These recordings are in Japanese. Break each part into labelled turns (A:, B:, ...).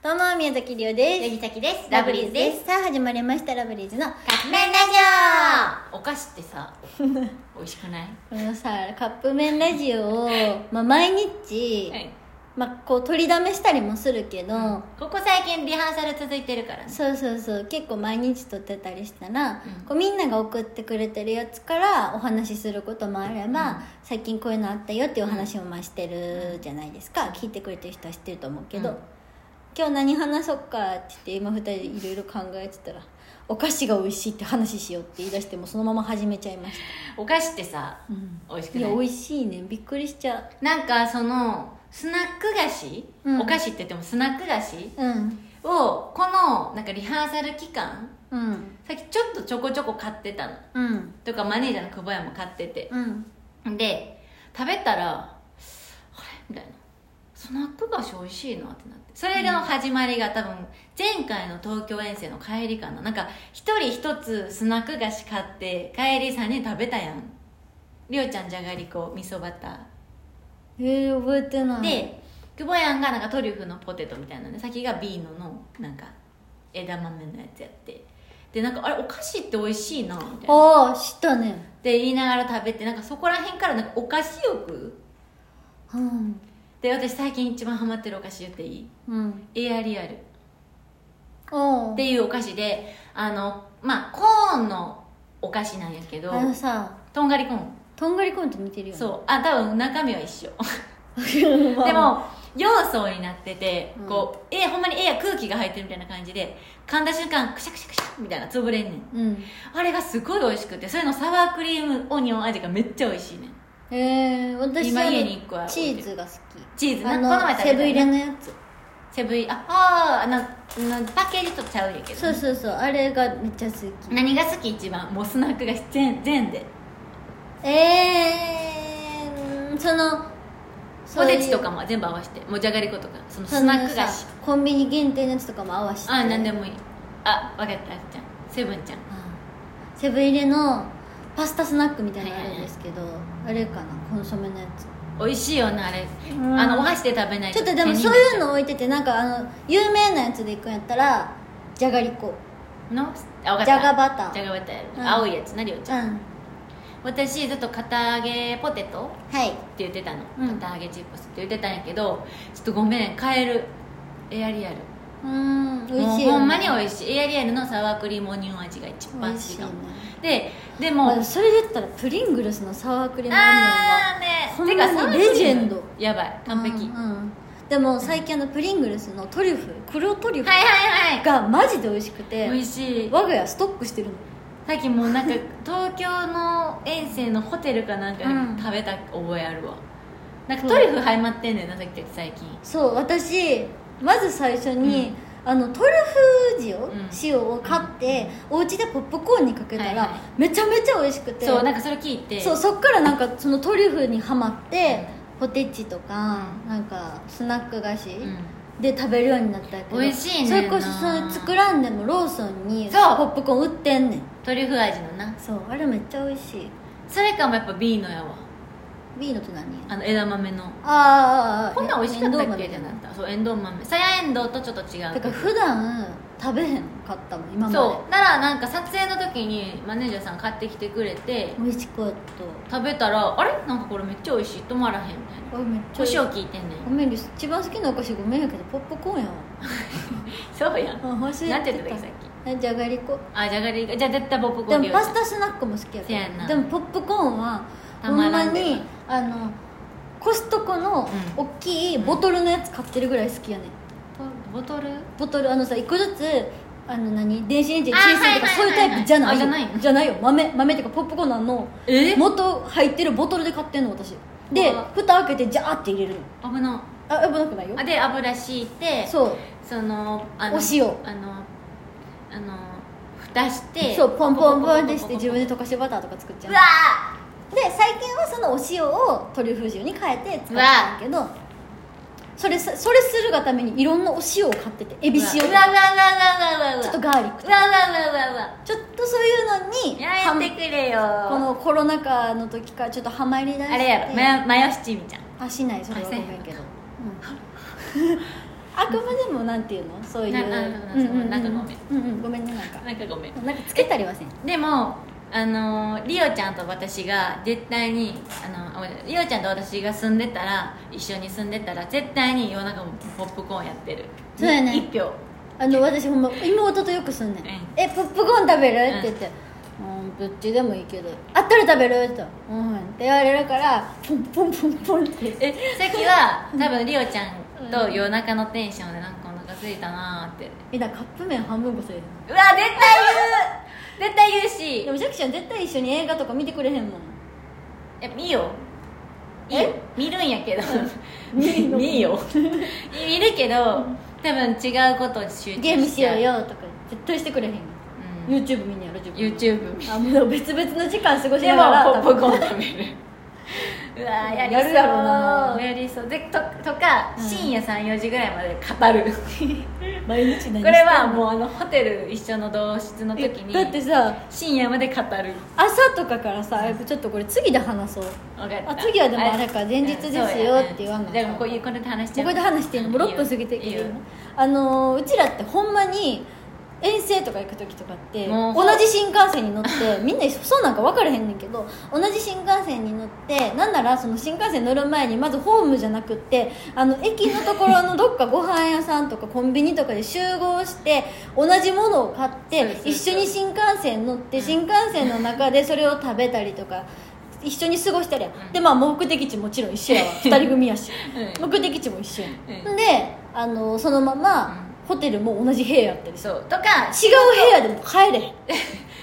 A: どうも宮崎りおです
B: ヤギタキです
A: ラブリーズですさあ始まりましたラブリーズの
B: カップ麺ラジオお菓子って さ美味しくない
A: このさカップ麺ラジオを、まあ、毎日、
B: い
A: まあ、こう取りだめしたりもするけど、
B: ここ最近リハーサル続いてるからね
A: そうそうそう結構毎日撮ってたりしたら、
B: うん
A: こうみんなが送ってくれてるやつからお話しすることもあれば、最近こういうのあったよっていうお話もまあしてるじゃないですか、聞いてくれてる人は知ってると思うけど、
B: うん
A: 今日何話そっかって言って今二人でいろいろ考えてたらお菓子が美味しいって話しようって言い出してもうそのまま始めちゃいました、
B: お菓子ってさ美味しく
A: い
B: な
A: や
B: い
A: 美味しいねびっくりしちゃう
B: なんかそのスナック菓子、
A: うん
B: お菓子って言ってもスナック菓子
A: うん
B: をこのなんかリハーサル期間
A: うん
B: さっきちょっとちょこちょこ買ってたの
A: うん
B: とかマネージャーの久保屋も買ってて
A: うん
B: で食べたら「あれ?」みたいな「スナック菓子美味しいな」ってなってそれの始まりが多分前回の東京遠征の帰りかななんか一人一つスナック菓子買って帰り3人食べたやんりょうちゃんじゃがりこ味噌バタ
A: えー、覚えてな
B: ー
A: い
B: で久保やんがなんかトリュフのポテトみたいなね先がビーノのなんか枝豆のやつやってでなんかあれお菓子って美味しいなみたいな
A: ああ知ったね
B: って言いながら食べてなんかそこら辺からなんかお菓子欲
A: うん
B: で私最近一番ハマってるお菓子言っていい
A: うん
B: エアリアルっ
A: おう
B: ていうお菓子であのまあコーンのお菓子なんやけど
A: あのさ
B: とんがりコーン
A: とんがりコーンと似てるよ ね
B: そうあ多分中身は一緒
A: で
B: でも要素になってて
A: うん
B: こう、えほんまにえや空気が入ってるみたいな感じで噛んだ瞬間クシャクシャクシャみたいな潰れんねん
A: うん
B: あれがすごい美味しくてそれのサワークリームオニオン味がめっちゃ美味しいねん
A: えー、私
B: 今
A: は
B: 家に1個ある
A: チーズが好き
B: チーズな
A: あ
B: この前
A: の
B: 食べた
A: セブ入れのやつ
B: セブイああーななパッケージとちゃうやけど
A: そうそうそうあれがめっちゃ好き
B: 何が好き一番もうスナックが全全で
A: えー、うんその
B: ポテチと
A: か
B: かも全部合わせてもうじゃがりことかそのスナック菓子
A: コンビニ限定のやつとかも合わせて
B: あ何でもいいあ分かったあっちゃんセブンちゃん
A: あセブン入れのパスタスナックみたいなのあるんですけど、あれかなコンソメのやつ
B: 美味しいよなあれ
A: ん
B: あのお箸で食べない
A: ちょっとでもそういうの置いててなんかあの有名なやつで行くんやったらじゃがりこ
B: のあ分かった
A: じゃがバター
B: じゃがバターやる、
A: うん
B: 青いやつなりおち
A: う
B: ゃ
A: ん
B: ん、
A: は
B: 私ずっと片揚げポテト
A: い
B: って言ってたの、
A: うん
B: 片揚げチップスって言ってたんやけどちょっとごめん買えるエアリアル
A: うん美味しい
B: もう
A: よね
B: ほんまに美味しいエアリアルのサワークリームオニオン味が一番
A: 美
B: 好
A: 味し
B: き
A: いね
B: かもででも、
A: まあそれで言ったらプリングルスのサワークリームオニオンは
B: あーね
A: ほんまに
B: サワークリーム
A: レジェンド
B: やばい完璧、
A: うんうんでも最近あのプリングルスのトリュフ黒トリュ
B: はい
A: フ
B: はいはい
A: がマジで美味しくて
B: 美味しい
A: 我が家ストックしてるの
B: さっきもうなんか東京の遠征のホテルかなんかで
A: うん
B: 食べた覚えあるわ、なんかトリュフはまってんだよなさっき最近
A: そう私まず最初に、あのトルフ塩、
B: ん
A: 塩を買って、お家でポップコーンにかけたら、
B: はいはい
A: めちゃめちゃ美味しくて
B: そうなんかそれ聞いて
A: そうそっからなんかそのトリュフにはまって、ポテチとかなんかスナック菓子、
B: うん
A: で食べるようになったけど
B: 美味しいねん
A: そ
B: な
A: れこそその作らんでもローソンにポ
B: そう
A: ップコーン売ってんねん
B: トリュフ味のな
A: そうあれめっちゃ美味しい
B: それかもやっぱ B のやわ
A: B のって何あ
B: あの枝豆の
A: あーあーあー
B: こんなん美味しかったっけ
A: え
B: じ
A: エ
B: ゃ
A: ンドウ
B: な
A: 豆
B: か
A: み
B: ったそうエンドウ豆さやエンドウとちょっと違
A: た
B: う
A: いなてか普段食べへんかったもん今まで
B: そうならなんか撮影の時にマネージャーさん買ってきてくれて
A: 美味しかっ
B: 食べたらあれなんかこれめっちゃ美味しい止まらへんみたいな
A: たあめっ
B: 胡
A: ちゃ
B: 椒効いてんね
A: ご
B: ん
A: めんリス一番好きなお菓子ごめんやけどポップコーンやわ
B: そうやん
A: あ忘れて
B: なんて言ってたっけさっ
A: え
B: き
A: じゃがりこ
B: あじゃがりこじゃあ絶対ポップコー
A: で
B: ン
A: も
B: で
A: パスタスナックも好きやけ
B: せや
A: ど
B: な
A: でもポップコーンはほ
B: た
A: ん
B: ま
A: ま
B: らんで
A: にあのコストコの
B: う
A: 大きいボトルのやつ買ってるぐらい好きやねん
B: ボトル
A: ボトルあのさ一個ずつあの何電子レンジでチンするとか
B: あ
A: そういうタイプじゃないよ
B: はいはいはいはいあじゃないの
A: じゃないよ豆豆っていうかポップコーンのあの
B: え
A: 元入ってるボトルで買ってんの私で
B: うわ
A: 蓋開けてジャーって入れるの
B: 危な
A: あ危なくないよ
B: あで油敷いて
A: そう
B: そのあの
A: お塩
B: あのあの蓋して
A: そうポンポンポンでし
B: ポ
A: て
B: ポポ
A: 自分で
B: ポポポ
A: 溶かしバターとか作っちゃ
B: う
A: う
B: わ
A: で最近はそのお塩をトリュフ塩に変えて使ってたんだけどそれさそれするがためにいろんなお塩を買っててエビ塩
B: う
A: と
B: わうわ
A: か
B: うわうわうわうわうわうわうわうわうわうわうわ
A: ちょっとガーリックとか
B: うわ
A: ちょっとそういうのに
B: やめてくれよ
A: はんこのコロナ禍の時からちょっとハマりだして
B: あれやろマヨマヨ七味ちゃん
A: あしないそれはご
B: あせん
A: めんけど、うんあくまでもなんていうのそういう
B: ななんとかなんとか
A: ううう
B: なんかごめん
A: うんうんごめんねなんか
B: なんかごめん
A: なんかつけたりはせん
B: でもあのリオちゃんと私が絶対にあのあリオちゃんと私が住んでたら一緒に住んでたら絶対に夜中もポップコーンやってる
A: そうやね
B: 一票
A: あの私ほんま妹とよくすんねん
B: うん
A: 「えポップコーン食べる?」って言って「うんどっちでもいいけどあったら食べる?」って言ったら「うん」って言われるからポンポンポンポンって
B: えさっきは多分リオちゃんと夜中のテンションでなんかお腹空いたなーって
A: えだからカップ麺半分こそれる
B: うわ絶対言う絶対言うし
A: でもジャクちゃん絶対一緒に映画とか見てくれへんもん
B: え見よいいよ見るんやけど
A: 見るの
B: 見よ 見るけど多分違うことを集中
A: ゲームしよう
B: ちゃう、
A: よとか絶対してくれへんよ
B: うん
A: YouTube 見んねやろ自分
B: YouTube
A: あもう別々の時間過ごし
B: で
A: な
B: も
A: がら
B: ポップコ
A: 多分
B: ーン食べるうわーやりそう
A: やるやろな
B: やりそうでととか、
A: うん
B: 深夜34時ぐらいまで 語る
A: 毎日何してんの
B: これはもうあのホテル一緒の同室の時
A: え
B: に
A: だってさ
B: 深夜まで語る
A: 朝とかからさやっぱちょっとこれ次で話そう
B: 分かった
A: あ次はでもあれか前日ですよ
B: そうや
A: って言わんの
B: でもこういうこれで話しちゃ
A: こ
B: う
A: こで話してんのもう6分過ぎてる
B: い
A: け
B: い
A: ど
B: よいいよ
A: あのーうちらってほんまに遠征とか行く時とかって
B: も
A: 同
B: うほ
A: じ新幹線に乗って みんなそうなんか分からへんねんけど同じ新幹線に乗ってなんならその新幹線乗る前にまずホームじゃなくってあの駅のところのどっかご飯屋さんとかコンビニとかで集合して同じものを買っ
B: そう
A: て
B: そうそう
A: 一緒に新幹線乗って
B: うん
A: 新幹線の中でそれを食べたりとか一緒に過ごしたりや
B: うん
A: でまあ目的地もちろん一緒や わ二人組やし
B: うん
A: 目的地も一緒や
B: うん
A: んであのそのまま、ホテルも同じ部屋やったりさ
B: そうとか
A: 違う部屋でも帰れへん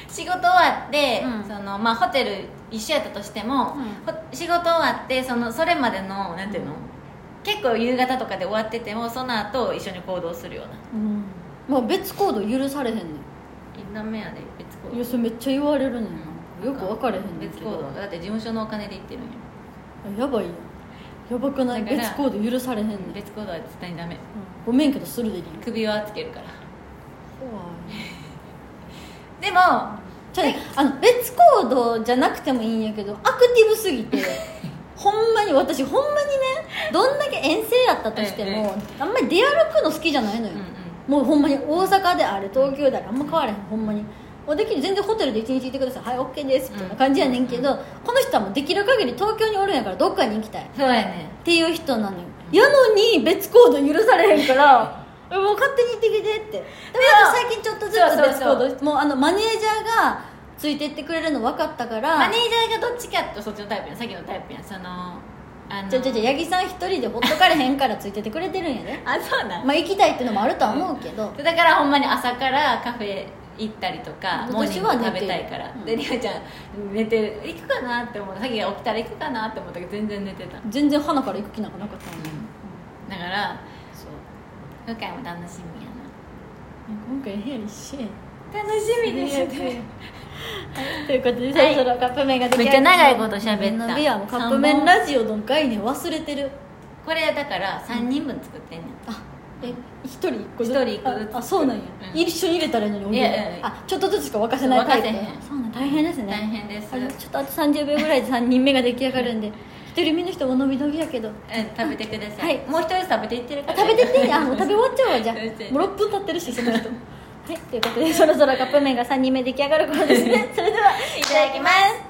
B: 仕事終わって、
A: うん
B: そのまあ、ホテル一緒やったとしても、
A: う
B: ほ仕事終わってそのそれまでのなんていうの、
A: うん
B: 結構夕方とかで終わっててもその後一緒に行動するような
A: うんまあ別行動許されへんねん
B: ダメやで別行
A: い
B: 動
A: やそれめっちゃ言われるねんよく分かれへんねん
B: 別
A: け
B: 行動
A: ど
B: だって事務所のお金で行ってるんよ
A: やばいよやばくない
B: だから
A: 別行動許されへんねんうん
B: 別行動は絶対にダメ
A: ごめんけどするでいいよ
B: 首輪つけるから
A: 怖い
B: でも
A: ちょっとねあの別行動じゃなくてもいいんやけどアクティブすぎ てほんまに私ほんまにねどんだけ遠征やったとして
B: えええ
A: もあんまり出歩くの好きじゃないのよ、
B: うんうん
A: もうほんまに大阪であれ東京であれあんま変わらへんほんまにもうできる全然ホテルで一日いてくださいはい OK ですみたいな感じやねんけど、この人はもうできる限り東京におるんやからどっかに行きたいっ
B: そうやね
A: ていう人なのよやのに別行動許されへんからえもう勝手に行ってきてってでもなんか最近ちょっとずつ
B: そうそう
A: 別
B: そ
A: 行
B: う
A: 動してもうあのマネージャーがついてってくれるの分かったから
B: マネージャーがどっちかってそっちのタイプやんさっきのタイプやんそのあの
A: じゃじゃじゃ八木さん一人でほっとかれへんからついてってくれてるんやで
B: あそうなん
A: まあ行きたいっていうのもあるとは思うけど、
B: だからほんまに朝からカフェ行ったりとかモーニ
A: 私
B: ング
A: は
B: 食べたいから、
A: 寝て
B: で
A: る
B: りおちゃん寝てる行くかなって思うさっき起きたら行くかなって思ったけど全然寝てた、
A: 全然花から行く気なんかなかったのに、
B: だから
A: そう
B: 今回も楽しみや
A: 今回部屋一緒やん
B: な楽しみ
A: で
B: ですす
A: ということで、
B: はい
A: そろそろカップ麺が出来上が
B: めっちゃ長いこと喋った
A: みんなビアもカップ麺ラジオの概念忘れてる
B: これだから3人分作ってんねん、
A: あえ一人一個
B: 一人一個ずつ
A: ああそうなんや、
B: うん
A: 一緒に入れたらいいのに
B: いやいや
A: あちょっとずつしか沸かせないタイプ
B: 沸かせへん
A: そうなん大変ですね
B: 大変です
A: あちょっとあと30秒ぐらいで3人目が出来上がるんで一人目の人も伸び伸びやけど
B: うん、食べてください、
A: はい
B: もう一人食べていってる
A: あ
B: から
A: 食べてっていいあもう食べ終わっちゃうわじゃあ
B: 食べて
A: もう6分経ってるしその人はいということでそろそろカップ麺が3人目出来上がる頃ですねそれではい
B: いただきます